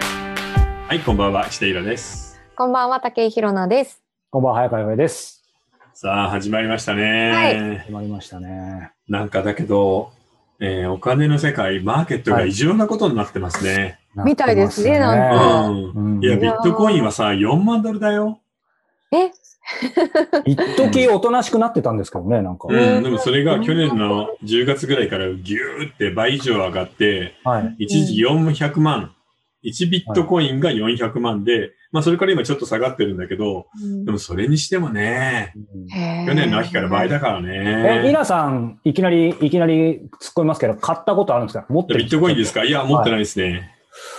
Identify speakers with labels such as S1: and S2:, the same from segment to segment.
S1: はい、こんばんは、していろです。
S2: こんばんは、竹井ひろなです。
S3: こんばんは、早川洋平です。
S1: さあ、始まりました
S2: は
S1: ね。
S3: 始まりましたね。
S1: なんかだけど、えーお金の世界、マーケットが異常なことになってますね。
S2: みたいですね
S3: なって
S2: は
S3: ま
S2: な
S1: うん
S3: うん
S1: いや、
S2: い
S1: ビ
S2: やー
S1: ットコインはさ、4万ドルだよ。
S2: え、
S3: すね一時おとなしくなってたんですけどね、なんか。
S1: う
S2: うん
S1: ん、でもそれが去年の10月ぐらいからギューって倍以上上がって、
S3: はい。
S1: 一時400万。1ビットコインが400万で、まあそれから今ちょっと下がってるんだけど、でもそれにしてもね、去
S2: 去
S1: 年の秋から倍だから
S3: え、
S1: ね。
S3: 皆さん、いきなり、いきなり突っ込みますけど、買ったことあるんですか持ってる
S1: ビットコインです
S3: か
S1: かいや、持ってないですね。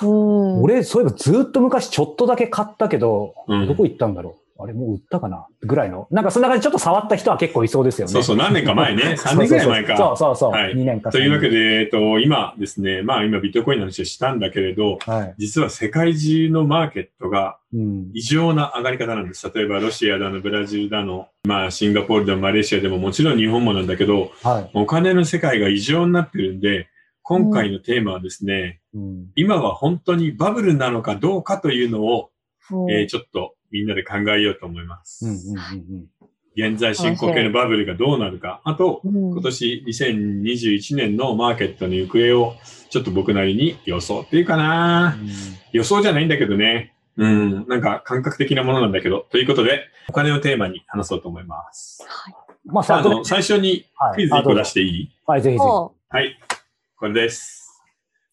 S2: うん。
S3: 俺、そういえばずっと昔ちょっとだけ買ったけど、
S1: うん
S3: どこ行ったんだろうあれ、もう売ったかなぐらいの。なんかそんな感じ、ちょっと触った人は結構いそうですよね。
S1: そうそう、何年か前 ね。3年ぐらい前か。
S3: そうそうそう。
S1: はい
S3: 2年か。
S1: というわけで、えっと、今ですね、まあ今ビットコインの話をしたんだけれど、
S3: で。はい。
S1: 実は世界中のマーケットが
S3: うん。
S1: 異常な上がり方なんです。例えばロシアだの、ブラジルだの、まあシンガポールでもマレーシアでももちろん日本もなんだけど、
S3: はい。
S1: お金の世界が異常になってるんで、今回のテーマはですね、
S3: うん
S1: 今は本当にバブルなのかどうかというのを、
S2: うん
S1: えーちょっとみんなで考えようと思います。
S3: うんうん うん
S1: 現在進行形のバブルがどうなるか、あと、
S2: うん
S1: 今年2021年のマーケットの行方をちょっと僕なりに予想っていうか
S3: う。
S1: なん予想じゃないんだけどね。うん、なんか感覚的なものなんだけど。ということで、お金をテーマに話そうと思います。
S2: はい
S3: まあ、
S1: さあ、
S3: さ
S1: あ
S3: あ、ど
S1: の、最初に
S3: はい
S1: クイズ
S3: あ
S1: 1
S3: ど
S1: 個
S3: うぞ
S1: 出していい
S3: はい、ぜひぜ
S2: ほ
S1: はい。これです。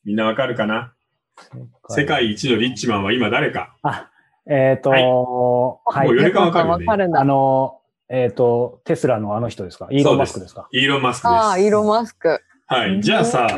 S1: みんなわかるかな
S3: ひ。
S1: 世界一のリッチマンは今誰か
S3: あ、えっ、と
S1: はい
S3: はい、
S1: もう
S2: う
S1: よりかわかるよ
S2: わ
S1: ね
S2: かるん
S3: あ
S2: だ。
S3: の、えっ、と、テスラのあの人ですかイーロン・マスクですか
S1: イーロン・マスクです。
S2: ああ、イーロンマスク。
S1: はい。じゃあさ、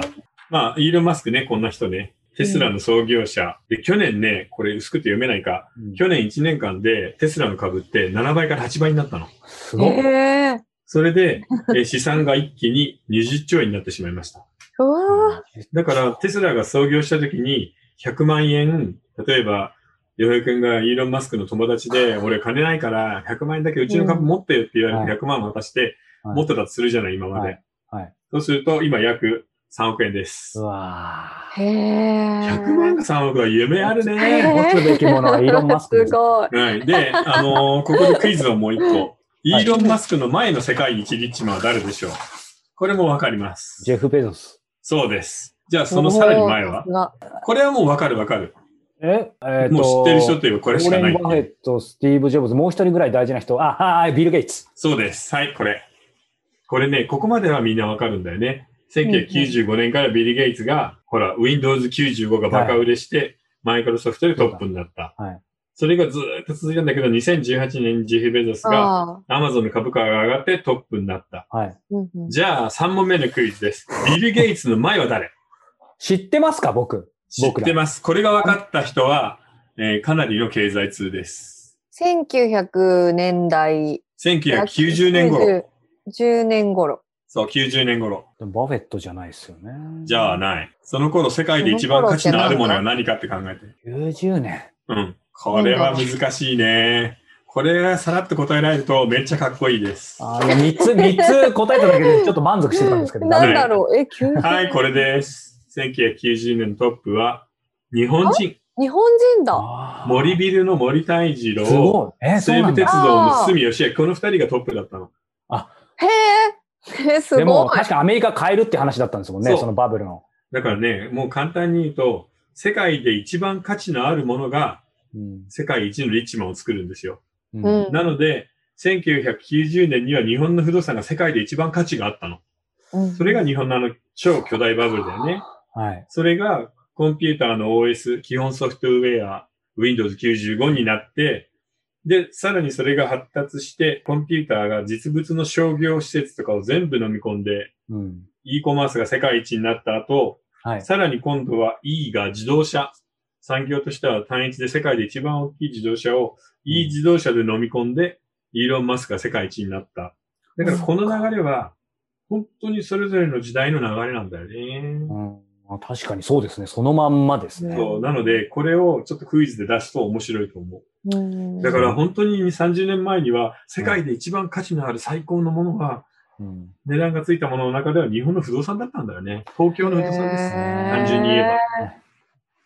S1: まあ、イーロン・マスクね、こんな人ね。テスラの創業者。で、去年ね、これ薄くて読めないか。
S3: うん
S1: 去年1年間でテスラの株って7倍から8倍になったの。
S3: すごい、
S2: ええ。
S1: それ で、えー資産が一気に20兆円になってしまいました。
S2: うわ
S1: だから、テスラが創業した時に100万円、例えば、ヨヘ君がイーロン・マスクの友達で、俺金ないから100万円だけうちの株持ってよって言われて100万渡して、
S3: はい
S1: 持ってたとするじゃない、今ま
S3: は
S1: で
S3: い。はい
S1: そうすると、今約3億円で
S3: う
S1: す。
S3: わ
S2: ー。へえ。
S1: 100万が3億は夢あるね。
S3: 持つべきものはイーロンマスクです
S2: すごい。
S1: はい。で、あのーここでクイズをもう一個。イーロン・マスクの前の世界一リッチマンは誰でしょうこれもわかりま
S3: ー
S1: す。
S3: ジェフ・ベゾス。
S1: そうです。じゃあ、そのさらに前は
S2: おーさ
S1: これはもうわかるわかる。
S3: ええっ、と、
S1: もう知ってる人といえばこ
S3: ウ
S1: れしか
S3: ォ
S1: な
S3: レ
S1: い
S3: ン・バフェット、スティーブ・ジョブズ、もう一人ぐらい大事な人。あ、はい、ビル・ゲイツ。
S1: そうです。はい、これ。これね、ここまではみんなわかるんだよね。1995年からビリー・ゲイツが、ほら、Windows95 がバカ売れして、マイクロソフトでトップになった。
S3: はい
S1: それがずーっと続いたんだけど、2018年にジェフ・ベゾス
S2: すが
S1: が、
S2: あー
S1: アマゾンの株価が上がってトップになった。
S3: はい。
S2: うんうん
S1: じゃあ、3問目のクイズです。ビル・ゲイツの前は誰
S3: 知ってますか僕。
S1: 知っ
S3: 僕ら
S1: てます。これが分かった人は、えーかなりの経済通です。
S2: 1900年代、
S1: 1990年頃。
S2: 10年頃。
S1: そう、90年頃。
S3: でもバフェットじゃないですよね。
S1: じゃあない。その頃世界で一番価値のあるものは何かって考えて。
S3: 90年。
S1: うん。これは難しいね。これはさらっと答えられるとめっちゃかっこいいです。
S3: あーいや三つ、三つ答えただけでちょっと満足してたんですけど。ダ
S2: な
S3: メ
S2: んだろう、え、急
S1: はい、これです。1990年のトップは、日本人、
S2: 日本人だ。
S3: あー
S1: 森ビルの森泰二
S3: す
S1: 郎、
S3: ごい。えー、そう
S1: 西
S3: な
S1: 武
S3: ん
S1: 鉄
S3: だ。
S1: 道の堤義明、この二人がトップだったの。
S2: へえ、え、す
S3: でも、
S2: ごい。
S3: 確かアメリカ変えるって話だったんですもんね、
S1: そう
S3: そのバブルの。
S1: だからね、もう簡単に言うと、世界で一番価値のあるものが
S3: うん。
S1: 世界一のリッチマンを作るんですよ。
S3: うん
S2: うん
S1: なので、1990年には日本の不動産が世界で一番価値があったの。
S2: うん
S1: それが日本のあの超巨大バブルだよね。
S3: はい。
S1: それがコンピューターの OS、基本ソフトウェア、Windows95 になって、で、さらにそれが発達して、コンピューターが実物の商業施設とかを全部飲み込んで、
S3: うん。
S1: e コマースが世界一になった後、
S3: はい。
S1: さらに今度は E が自動車。産業としては単一で世界で一番大きい自動車を E 自動車で飲み込んで、イーロン・マスクが世界一になった。だからこの流れは、本当にそれぞれの時代の流れなんだよ
S3: う
S1: ね。
S3: ん、あ確かにそうですね。そのまんまですね。
S1: そう、なので、これをちょっとクイズで出すと面白いと思
S2: うん
S1: う。だから本当に30年前には、世界で一番価値のある最高のものが、
S3: うん。
S1: 値段がついたものの中では日本の不動産だったんだよね。東京の不動産です。
S2: へー、
S1: 単純に言えば。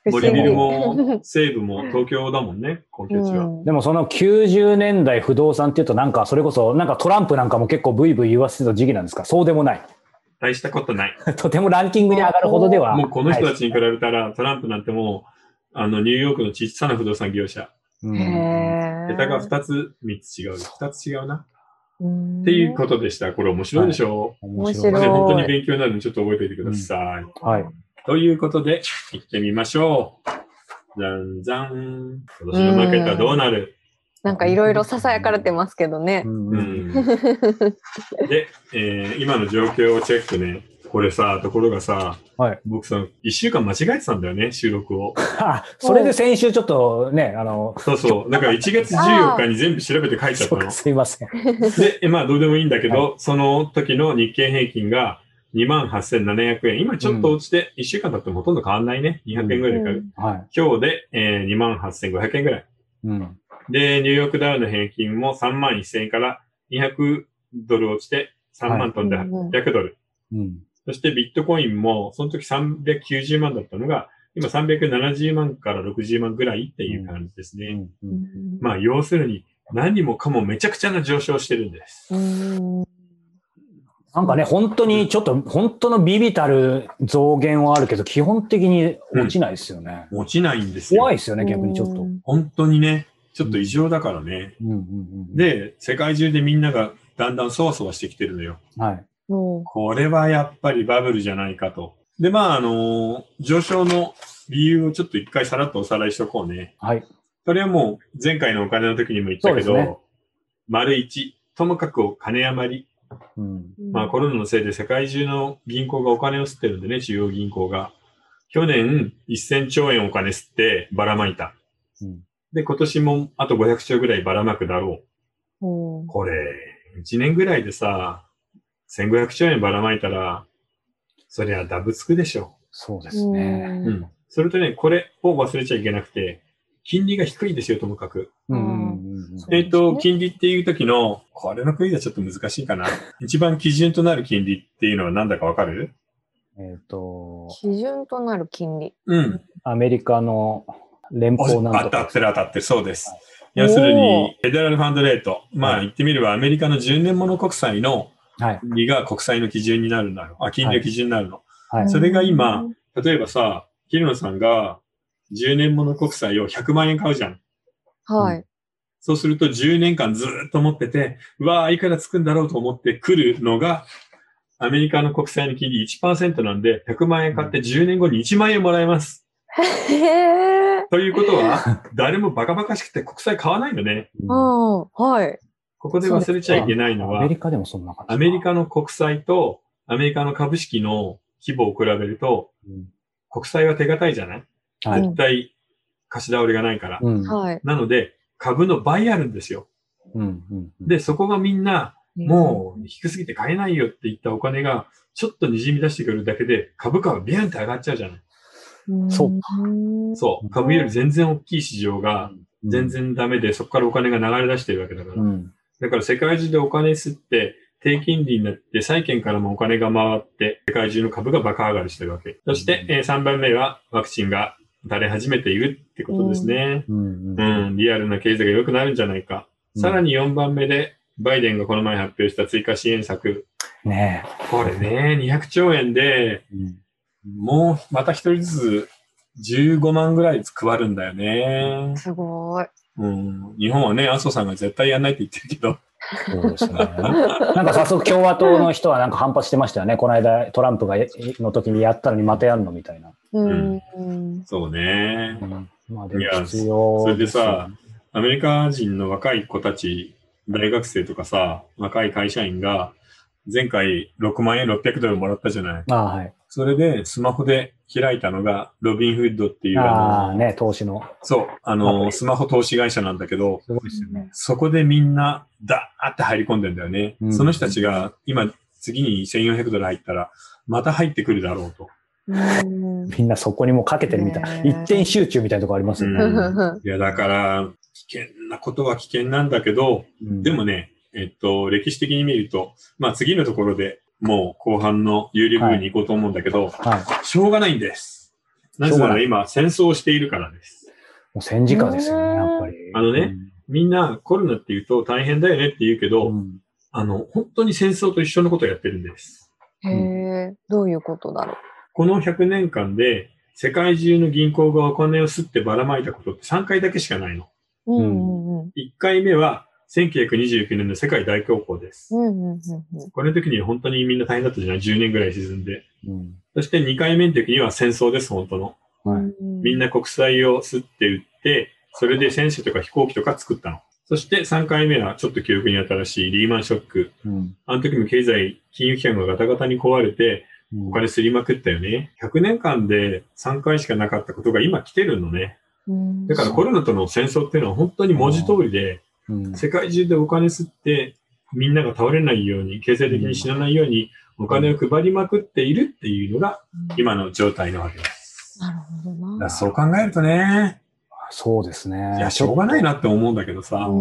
S1: ボリビルも西部も東京だもんね、今
S2: う
S1: 月は。
S2: ん
S3: でもその90年代不動産っていうとなんかそれこそなんかトランプなんかも結構ブイブイ言わせてた時期なんですかそうでもない。
S1: 大したことない。
S3: とてもランキングに上がるほどでは。
S1: もうこの人たちに比
S3: はい
S1: べたら、トランプなんてもう、あの、ニューヨークの小さな不動産業者。
S3: うん
S2: へ
S1: 桁が2つ、3つ違う。2つ違うな。
S2: っ
S1: っていうことでした。これ面白いでしょ、
S3: 面
S1: う
S2: 面
S1: マ
S2: 白
S1: ジ
S2: い
S1: で本当に勉強になるので、ちょっと覚えておいてください。
S3: はい。
S1: ということで、行ってみましょう。じゃんじゃん。今年のマーケットはどうなる
S2: なんかいろいろささやかれてますけどね
S3: う。ん
S1: う
S3: うん
S1: ん。で、えー今の状況をチェックね。これさ、ところがさ、
S3: はい
S1: 僕さ、1週間間違えてたんだよね、収録を。
S3: あそれで先週ちょっとね、あの、
S1: そうそう。だから1月14日に全部調べて書いちゃった
S3: そう
S1: の
S3: か。 すいません。
S1: で、えまあどうでもいいんだけど、その時の日経平均が28,700円。今ちょっと落ちて、1週間経ってもほとんど変わんないね。200円ぐらいで買う。
S2: うん
S3: はい。
S1: 今日で、えー、28,500円ぐらい。
S3: うん。
S1: で、ニューヨークダウの平均も31,000円から200ドル落ちて、3万飛んで800ドル。
S3: うん。
S1: そしてビットコインも、その時390万だったのが、今370万から60万ぐらいっていう感じですね。
S3: う
S2: うんん
S1: まあ、要するに、何もかもめちゃくちゃな上昇してるんです。
S2: うん
S3: なんかね、本当にちょっと、本当のビビたる増減はあるけど、基本的に落ちないですよね。
S1: 落ちないんですよ。
S3: 怖いですよね、逆にちょっと。
S2: う
S3: うん
S2: ん
S1: 本当にね、ちょっと異常だからね。
S3: うんうん。、
S1: で、世界中でみんながだんだんそわそわしてきてるのよ。
S3: はい。
S2: も
S1: これはやっぱりバブルじゃないかと。で、まあ、あのー上昇の理由をちょっと一回さらっとおさらいしとこうね。
S3: はい。
S1: それはもう前回のお金の時にも言ったけ
S3: そ
S1: ど、
S3: うですね
S1: 丸一、ともかくお金余り。
S3: うん。
S2: う
S1: まあコロナのせいで世界中の銀行がお金を吸ってるんでね、中央銀行が。去年1000兆円お金吸ってばらまいた。
S3: うん
S1: で、今年もあと500兆ぐらいばらまくだろ
S2: うん
S1: う。これ、1年ぐらいでさ、1500兆円ばらまいたら、そりゃダブつくでしょ。
S3: そうですね。
S1: う。ん。それとね、これを忘れちゃいけなくて、金利が低いですよ、ともかく。
S3: うんうんうんうん。
S2: そう
S1: え
S2: で
S1: っ、
S2: すね
S1: と、金利っていう時の、これの国ではちょっと難しいかな。一番基準となる金利っていうのは何だかわかる
S3: えっと、
S2: 基準となる金利。
S1: うん。
S3: アメリカの連邦なん
S1: あ
S3: と
S1: った、
S3: か
S1: 当。てる当たってる、そうです
S3: はい。
S1: 要する
S2: お
S1: に、フェデラルファンドレート。ま
S3: は
S1: あ、言ってみれば、アメリカの10年もの国債の
S3: はい。
S1: 金利が国債の基準になるんだよ。あ、金利が基準になるの。
S3: はい
S1: それが今例えばさ、ヒルノさんが10年もの国債を100万円買うじゃん。
S2: はい。
S1: そうすると10年間ずーっと持ってて、うわーいくらつくんだろうと思って来るのが、アメリカの国債の金利1%なんで、100万円買って10年後に1万円もらえます。
S2: へえ。
S1: ということは、誰もバカバカしくて国債買わないのね。
S3: うん
S2: うん。はい。
S1: ここで忘れちゃいけないの
S3: アメ
S1: は、
S3: リカでもそんな感じ。
S1: アメリカの国債とアメリカの株式の規模を比べると、
S3: うん。
S1: 国債は手堅いじゃない
S3: はい。
S1: 絶対貸し倒れがないから。
S3: うん。
S2: はい。
S1: なので、株の倍あるんですよ。
S3: うんうんうん
S1: で、そこがみんな、もう低すぎて買えないよって言ったお金が、ちょっと滲み出してくるだけで、株価がビューンって上がっちゃうじゃない。
S2: うん、
S3: そう
S2: うん。
S1: そう。株より全然大きい市場が全。然ダメで、そこからお金が流れ出してるわけだから。
S3: うん。
S1: だから世界中でお金吸って、低金利になって、債券からもお金が回って、世界中の株がバカ上がりしてるわけ。そして、
S3: うん
S1: え3番目はワクチンが垂れ始めているってことですね。
S3: うん。
S1: うん、リアルな経済が良くなるんじゃないか。
S3: うん
S1: さらに4番目で、バイデンがこの前発表した追加支援策、
S3: ね
S1: これね、200兆円で、
S3: え。うん
S1: もうまた一人ずつ15万ぐらい配るんだよね。
S2: すごい。
S1: うん、日本はね、麻生さんが絶対やんないって言ってるけど、
S3: そう ですね。なんか早速共和党の人はなんか反発してましたよね。この間トランプがえの時にやったのにまたやんのみたいな。
S2: うん。
S1: そうね。
S3: まあでも
S1: いや
S3: 必要
S1: それでさ
S3: すよ、
S1: アメリカ人の若い子たち、大学生とかさ、若い会社員が、前回6万円600ドルもらったじゃない。
S3: ああはい。
S1: それでスマホで開いたのが、ロビンフッドっていう、
S3: あ
S1: あ
S3: あ
S1: の
S3: ね、投資の。
S1: そう、あ
S3: は
S1: の、
S3: い
S1: スマホ投資会社なんだけど、
S3: すごいですよね。
S1: そこでみんな、だーって入り込んでんだよね。
S3: うん
S1: その人たちが、今、次に1400ドル入ったら、また入ってくるだろうと。
S2: うん。
S3: みんなそこにもうかけてるみたい
S2: ね
S3: な。一点集中みたいなとこありますよ ね。
S1: うんいや、だから、危険なことは危険なんだけど、
S3: うん
S1: でもね、えっと、歴史的に見ると、まあ次のところでもう後半の有利部分に行こうと思うんだけど、
S3: は
S1: しょうがないんです。なぜなら今、戦争をしているからです。
S3: もう戦時下ですよね、
S2: うん
S3: やっぱり。
S1: あのねみんなコロナって言うと大変だよねって言うけ
S3: う
S1: ど、
S3: ん、うん
S1: あの、本当に戦争と一緒のことをやってるんです。
S2: へえ、どういうことだろう。
S1: この100年間で、世界中の銀行がお金を吸ってばらまいたことって3回だけしかないの。
S2: うんんうん
S1: 1回目は、1929年の世界大恐慌です。
S2: うん。うんうんうんうん。
S1: この時に本当にみんな大変だったじゃない ?10 年ぐらい沈んで。
S3: うん
S1: そして2回目の時には戦争です、本当の。
S3: はい
S1: みん
S2: な。
S1: な国債を吸って売って、それで戦車とか飛行機とか作ったの。そして3回目はちょっと記憶に新しいリーマンショック。
S3: うん
S1: あの時も経済、金融機関がガタガタに壊れて、
S3: うん
S1: お金すりまくったよね。100年間で3回しかなかったことが今来てるのね。
S2: うん
S1: だからコロナとの戦争っていうのは本当に文字通りで、
S3: うん
S1: 世界中でお金吸って、みんなが倒れないように、経済的に死なないように、お金を配りまくっているっていうのが、今の状態なわけです。
S2: なるほど
S1: だから
S2: な。
S1: そう考えるとね、
S3: そうですね。
S1: いや、しょうがない
S3: な。
S1: なって思うんだけどさ。
S2: う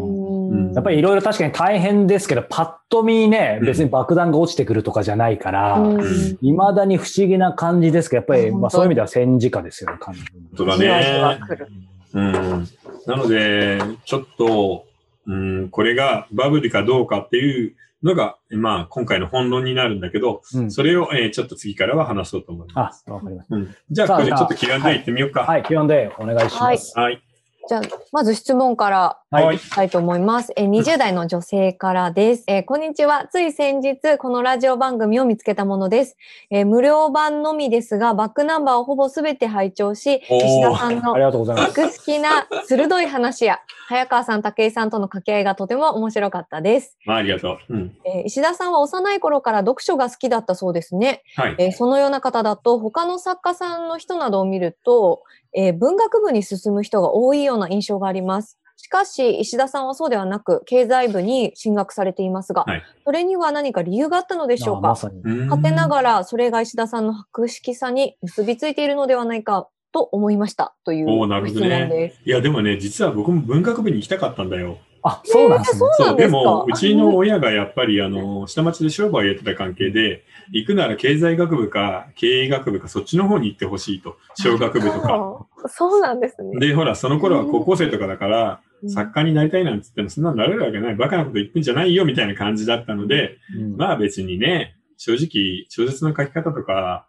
S2: ん
S3: やっぱりいろいろ確かに大変ですけど、パッと見ね、別に爆弾が落ちてくるとかじゃないから、
S2: うん
S3: 未だに不思議な感じですけど、やっぱり、
S2: 本当
S3: まあそういう意味では戦時下ですよね、完全に。
S1: 本当だ
S2: じわじわ来
S1: ね
S2: る。
S1: うん。なので、ちょっと、うん、これがバブルかどうかっていうのが、まあ、今回の本論になるんだけど、
S3: うん
S1: それを、えーちょっと次からは話そうと思い
S3: あ
S1: ま、す。
S3: わかりまし
S1: うん、じゃあ、
S3: さあ
S1: これちょっ
S3: じ
S1: と
S3: ゃあ
S1: 気が抜いてみようか。
S3: た。はい、Q&A お願いします。
S1: はい。
S2: じゃあ、まず質問から
S1: はい
S2: いきたいと思います。えー、20代の女性からです。えーこんにちは。つい先日、このラジオ番組を見つけたものです。えー無料版のみですが、バックナンバーをほぼすべて拝聴し、
S1: おー
S2: 石田さん
S3: あ
S2: の
S3: りがとうございます。
S2: 博識な鋭い話や、早川さん、武井さんとの掛け合いがとても面白かったです。
S1: まあ、ありがとう。うん。
S2: えー石田さんは幼い頃から読書が好きだったそうですね。
S1: はい。
S2: えーそのような方だと他の作家さんの人などを見ると、えー文学部に進む人が多いような印象があります。しかし石田さんはそうではなく経済部に進学されていますが、
S1: はい
S2: それには何か理由があったのでしょ
S3: あ
S2: う
S3: ま
S2: か
S3: さに。
S1: 勝
S2: 勝手ながらそれが石田さんの博識さに結びついているのではないかと思いましたという
S1: おーなる
S2: 質
S1: ほど
S2: 問
S1: ね
S2: です。
S1: いや、でもね、実は僕も文学部に行きたかったんだよ。
S3: あ、そうなんですね。
S2: そうなんですか
S1: も、うちの親がやっぱり、あの、下町で商売をやってた関係で、行くなら経済学部か経営学部か、そっちの方に行ってほしいと。小学部とか。
S2: あー そうなんですね。
S1: で、ほら、その頃は高校生とかだから、
S2: うん
S1: 作家になりたいなんつっても、そんなのなれるわけない。バカなこと言ってんじゃないよ、みたいな感じだったので、
S3: うん
S1: まあ別にね、正直、小説の書き方とか、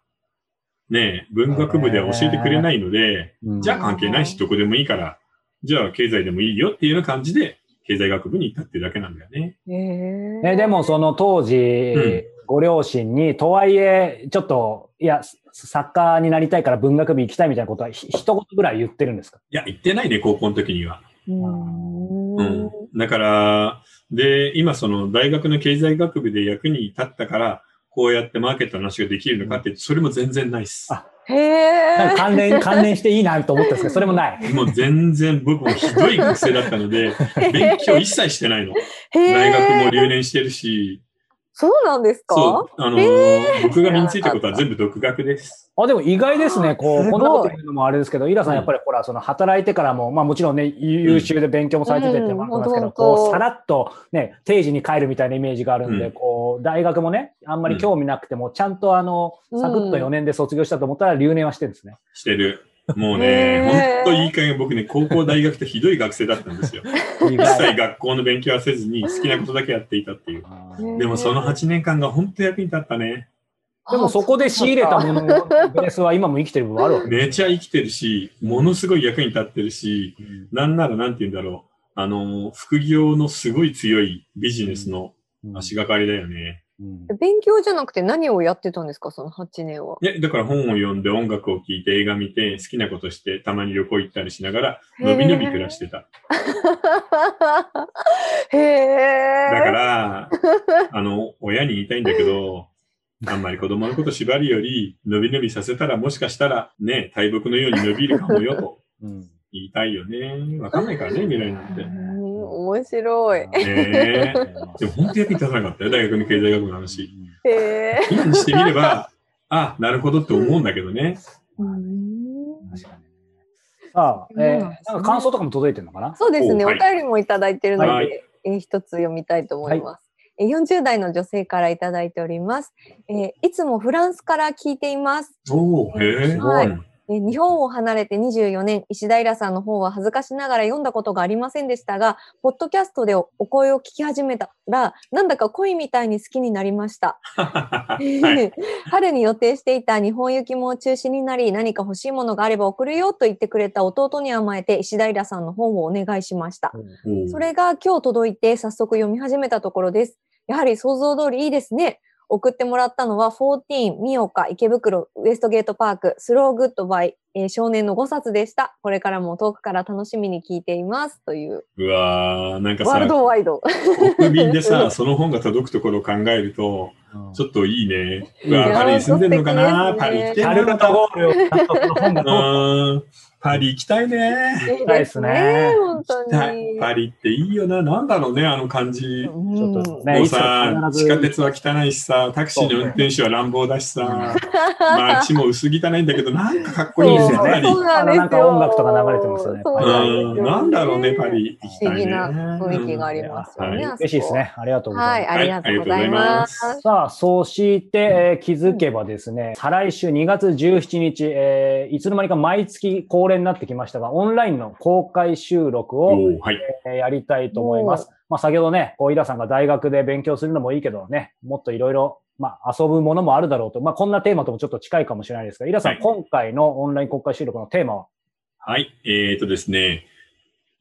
S1: ね、文学部では教えてくれないので、
S3: うん
S1: じゃあ関係ないし、どこでもいいから、じゃあ経済でもいいよっていうような感じで、経済学部に行ったっていうだけなんだよね。
S2: へー
S3: えでもその当時、
S1: ん
S3: ご両親にとはいえちょっといやす作家になりたいから文学部行きたいみたいなことはひ一言ぐらい言ってるんですか、
S1: いや、行ってないね、高校の時には。
S2: う
S1: うんん。だから、で、今その大学の経済学部で役に立ったから、こうやってマーケットの話ができるのかって、それも全然ないっす。
S3: あ
S2: へ
S3: な
S2: え
S3: んか。関連関連していいなと思ったんですけどそれもない
S1: もう全然僕もひどい学生だったので、勉強一切してないの。
S2: へー
S1: 大学も留年してるし、
S2: そうなんですか
S1: そう、あのー僕が身についたことは全部独学です。
S3: あでも意外ですねこ
S2: す
S3: う
S2: ごい
S3: こんなこと言うのもあれですけどイラさ
S1: うんん
S3: やっぱりほらその働いてからも、まあ、もちろんね優秀で勉強もされててっていうのもあったんですけど、
S2: うん本当
S3: こうさらっとね定時に帰るみたいなイメージがあるんで、
S1: うん
S3: こう大学もねあんまり興味なくても、ちゃんとあのサクッと4年で卒業したと思ったら留年はしてるんですね。
S1: してる。もう
S2: へ
S1: ね
S2: ー、
S1: ほんといい加減僕ね、高校大学ってひどい学生だったんです よ。
S3: 意
S1: 一
S3: 外
S1: 切学校の勉強はせずに好きなことだけやっていたっていう。
S2: ね
S1: でもその8年間が本当役に立ったね。
S3: でもそこで仕入れたもののベースは今も生きてる部分あるわけ
S1: めちゃ生きてるし、ものすごい役に立ってるし、なんならなんて言うんだろう。あのー、副業のすごい強いビジネスの足がかりだよね。
S3: うん
S2: 勉強じゃなくて何をやってたんですかその8年は。
S1: ね、だから本を読んで音楽を聴いて映画見て好きなことしてたまに旅行行ったりしながらのびのび暮らしてた。
S2: へえ。
S1: だ から、あの、親に言いたいんだけど、あんまり子供のこと縛るより、のびのびさせたらもしかしたらね、大木のように伸びるかもよ と
S3: うん
S1: 言いたいよね。わかんないからね、未来なんて。ね
S2: うん面白い。
S1: え。でも本当役に立たなかったよ、大学の経済学部の話。
S2: へえ。
S1: 今にしてみれば、あ、なるほどって思うんだけどね。
S2: うん
S3: 確かにさあ、
S2: そう
S3: えー
S2: なんですね
S3: なんか感想とかも届いてるのかな
S2: そうですね。
S1: お
S2: お
S1: はい
S2: 便りもいただいてるの
S1: は
S2: で、えー一つ読みたいと思います。えー40代の女性からいただいております。えーいつもフランスから聞いています。
S1: おお、へえ。
S2: はいえー日本を離れて24年、石平さんの本は恥ずかしながら読んだことがありませんでしたが、ポッドキャストでおお声を聞き始めたら、なんだか恋みたいに好きになりました。
S1: はい。
S2: 春に予定していた日本行きも中止になり、何か欲しいものがあれば送るよと言ってくれた弟に甘えて、石平さんの本をお願いしました。 それが今日届いて早速読み始めたところです。やはり想像通りいいですね。送ってもらったのは14、三岡、池袋、ウエストゲートパーク、スローグッドバイ、えー少年の5冊でした。これからも遠くから楽しみに聞いています。という、
S1: うわー、なんか
S2: ワール
S1: さ、
S2: ドワイド。
S1: 国便でさ、その本が届くところを考えると、ちょっといいね。うわ
S3: い
S1: ー、
S3: や
S1: パリに住んでるのかな、
S2: 素
S1: パ
S2: 敵
S1: リ
S2: で
S1: 行
S2: すね
S1: きて
S3: カ
S1: る
S3: ル
S1: のか
S3: カタ
S1: な
S3: ゴールをなんとこの本が通っ
S1: うんパリ行きたいね。
S2: いい
S3: たいですね
S2: 本当
S1: 行きたい
S2: に。
S1: パリっていいよな。なんだろうね、あの感じ。
S3: ちょっ
S2: う
S3: と
S2: ん
S3: ね、
S1: もう
S3: いつか
S1: さ、
S3: 必ず
S1: 地下鉄は汚いしさ、タクシーの運転手は乱暴だしさ、街も薄汚いんだけど、なんかかっこいいですよね、
S3: そう
S1: パリ。
S2: そうなんですよ。
S3: なんか音楽とか流れてますよね
S2: そう
S1: う
S2: なんです
S1: ん、
S2: よ
S1: なんだろうね、パ。リ。行き
S2: 不
S1: た
S2: 思
S1: いね
S2: 議な雰囲気がありますよね。
S1: うん
S2: あそこ
S3: 嬉しいです。ね。ありがとうござ
S2: はいい、
S3: ます。
S2: ありがとうございます。
S3: さあ、そうして、えー気づけばですね、再来週2月17日、えーいつの間にか毎月恒例になってきましたが、オンラインの公開収録
S1: お
S3: を、
S1: ーはい。
S3: えーやりたいと思います。まあ、先ほどね、こう、井田さんが大学で勉強するのもいいけどね、もっといろいろ、まあ、遊ぶものもあるだろうと、まあ、こんなテーマともちょっと近いかもしれないですが、井田さん、
S1: はい
S3: 今回のオンライン国会収録のテーマは、
S1: はい。えっ、とですね。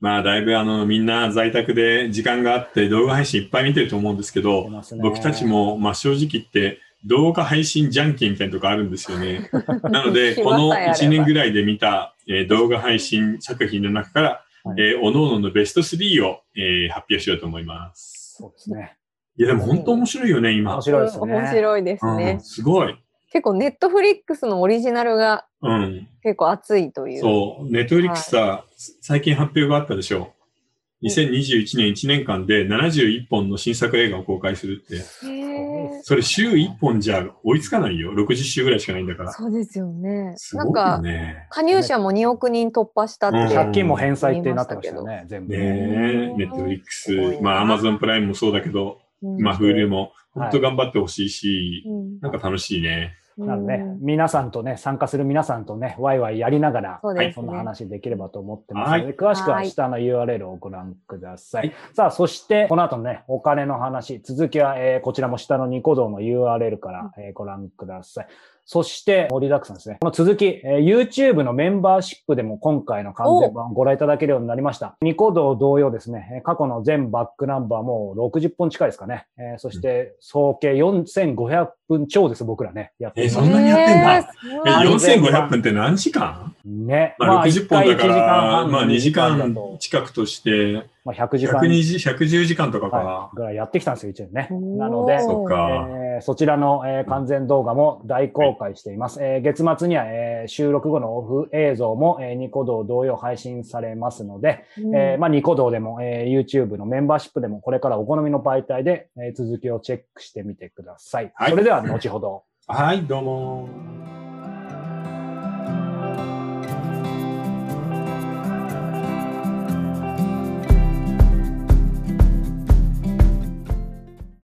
S1: まあ、だいぶあの、みんな在宅で時間があって動画配信いっぱい見てると思うんですけど、僕たち、も、まあ正直言って、動画配信じゃんけんみたいなとこあるんですよ ね。なので、この1年ぐらいで見た、えー動画配信作品の中から、
S3: はい
S1: えー、おのおののベスト3を、えー発表しようと思います。
S3: そうですね。い
S1: いや、でも本当面白いよね、今
S3: 面。白いですね。
S2: 面白いです
S1: う
S2: ね
S1: ん、。すごい。
S2: 結構ネットフリックスのオリジナルが
S1: うん。
S2: 結構熱いという。
S1: そう、ネットフリックスさ、最近発表があったでしょ。2021年1年間で71本の新作映画を公開するって、
S2: へー
S1: それ週1本じゃ追いつかないよ。60週ぐらいしかないんだから。
S2: そうですよね。
S1: す
S2: なん
S1: ごいよ
S2: か、
S1: ね。
S2: 加入者も2億人突破したって。
S1: うん
S3: 借金も返済ってなってましたよね、全部。
S1: ね
S2: う
S1: え、
S2: ん
S1: ネットフリックス
S2: すごい、な
S1: まあアマゾンプライムもそうだけど、
S2: うん
S1: まあ Hulu も、
S3: はい
S1: 本当頑張ってほしいし、
S2: うん
S1: なんか楽しいね。
S3: なので、皆さんとね、参加する皆さんとね、ワイワイやりながら、
S2: そう
S1: ですね
S3: そんな話できればと思ってますので、詳しくは下の URL をご覧ください。
S1: はい
S3: さあ、そして、この後のね、お金の話、続きは、えーこちらも下のニコ動の URL から、えーご覧ください。そして、盛りだくさんですね。この続き、えー YouTube のメンバーシップでも今回の完全版をご覧いただけるようになりました。ニコ動同様ですね、えー過去の全バックナンバーもう60本近いですかね。えーそして、総計4500分超です、僕らね。やって
S1: え
S3: ます
S1: そんなにやってんだ
S2: へー
S1: え、
S3: あれ全部
S1: 4500分って何時間
S3: ね。
S1: まあ
S3: 一
S1: 60本
S3: 回
S1: だから、
S3: 1
S1: まあ2時
S3: だ
S1: 間
S3: と
S1: 近くとして、
S3: まあ100時間
S1: 120、110時間とか
S3: は
S1: か
S3: い。ぐらいやってきたんですよ、一年ね。
S2: おー
S3: なので、
S1: そっか。
S3: えーそちらの、えー完全動画も大公開しています。えー月末には、えー収録後のオフ映像も、えーニコ動同様配信されますので、えーまあ、ニコ動でも、えー YouTube のメンバーシップでも、これからお好みの媒体で、えー続きをチェックしてみてください。
S1: はい
S3: それでは後ほど。
S1: はい、どうも。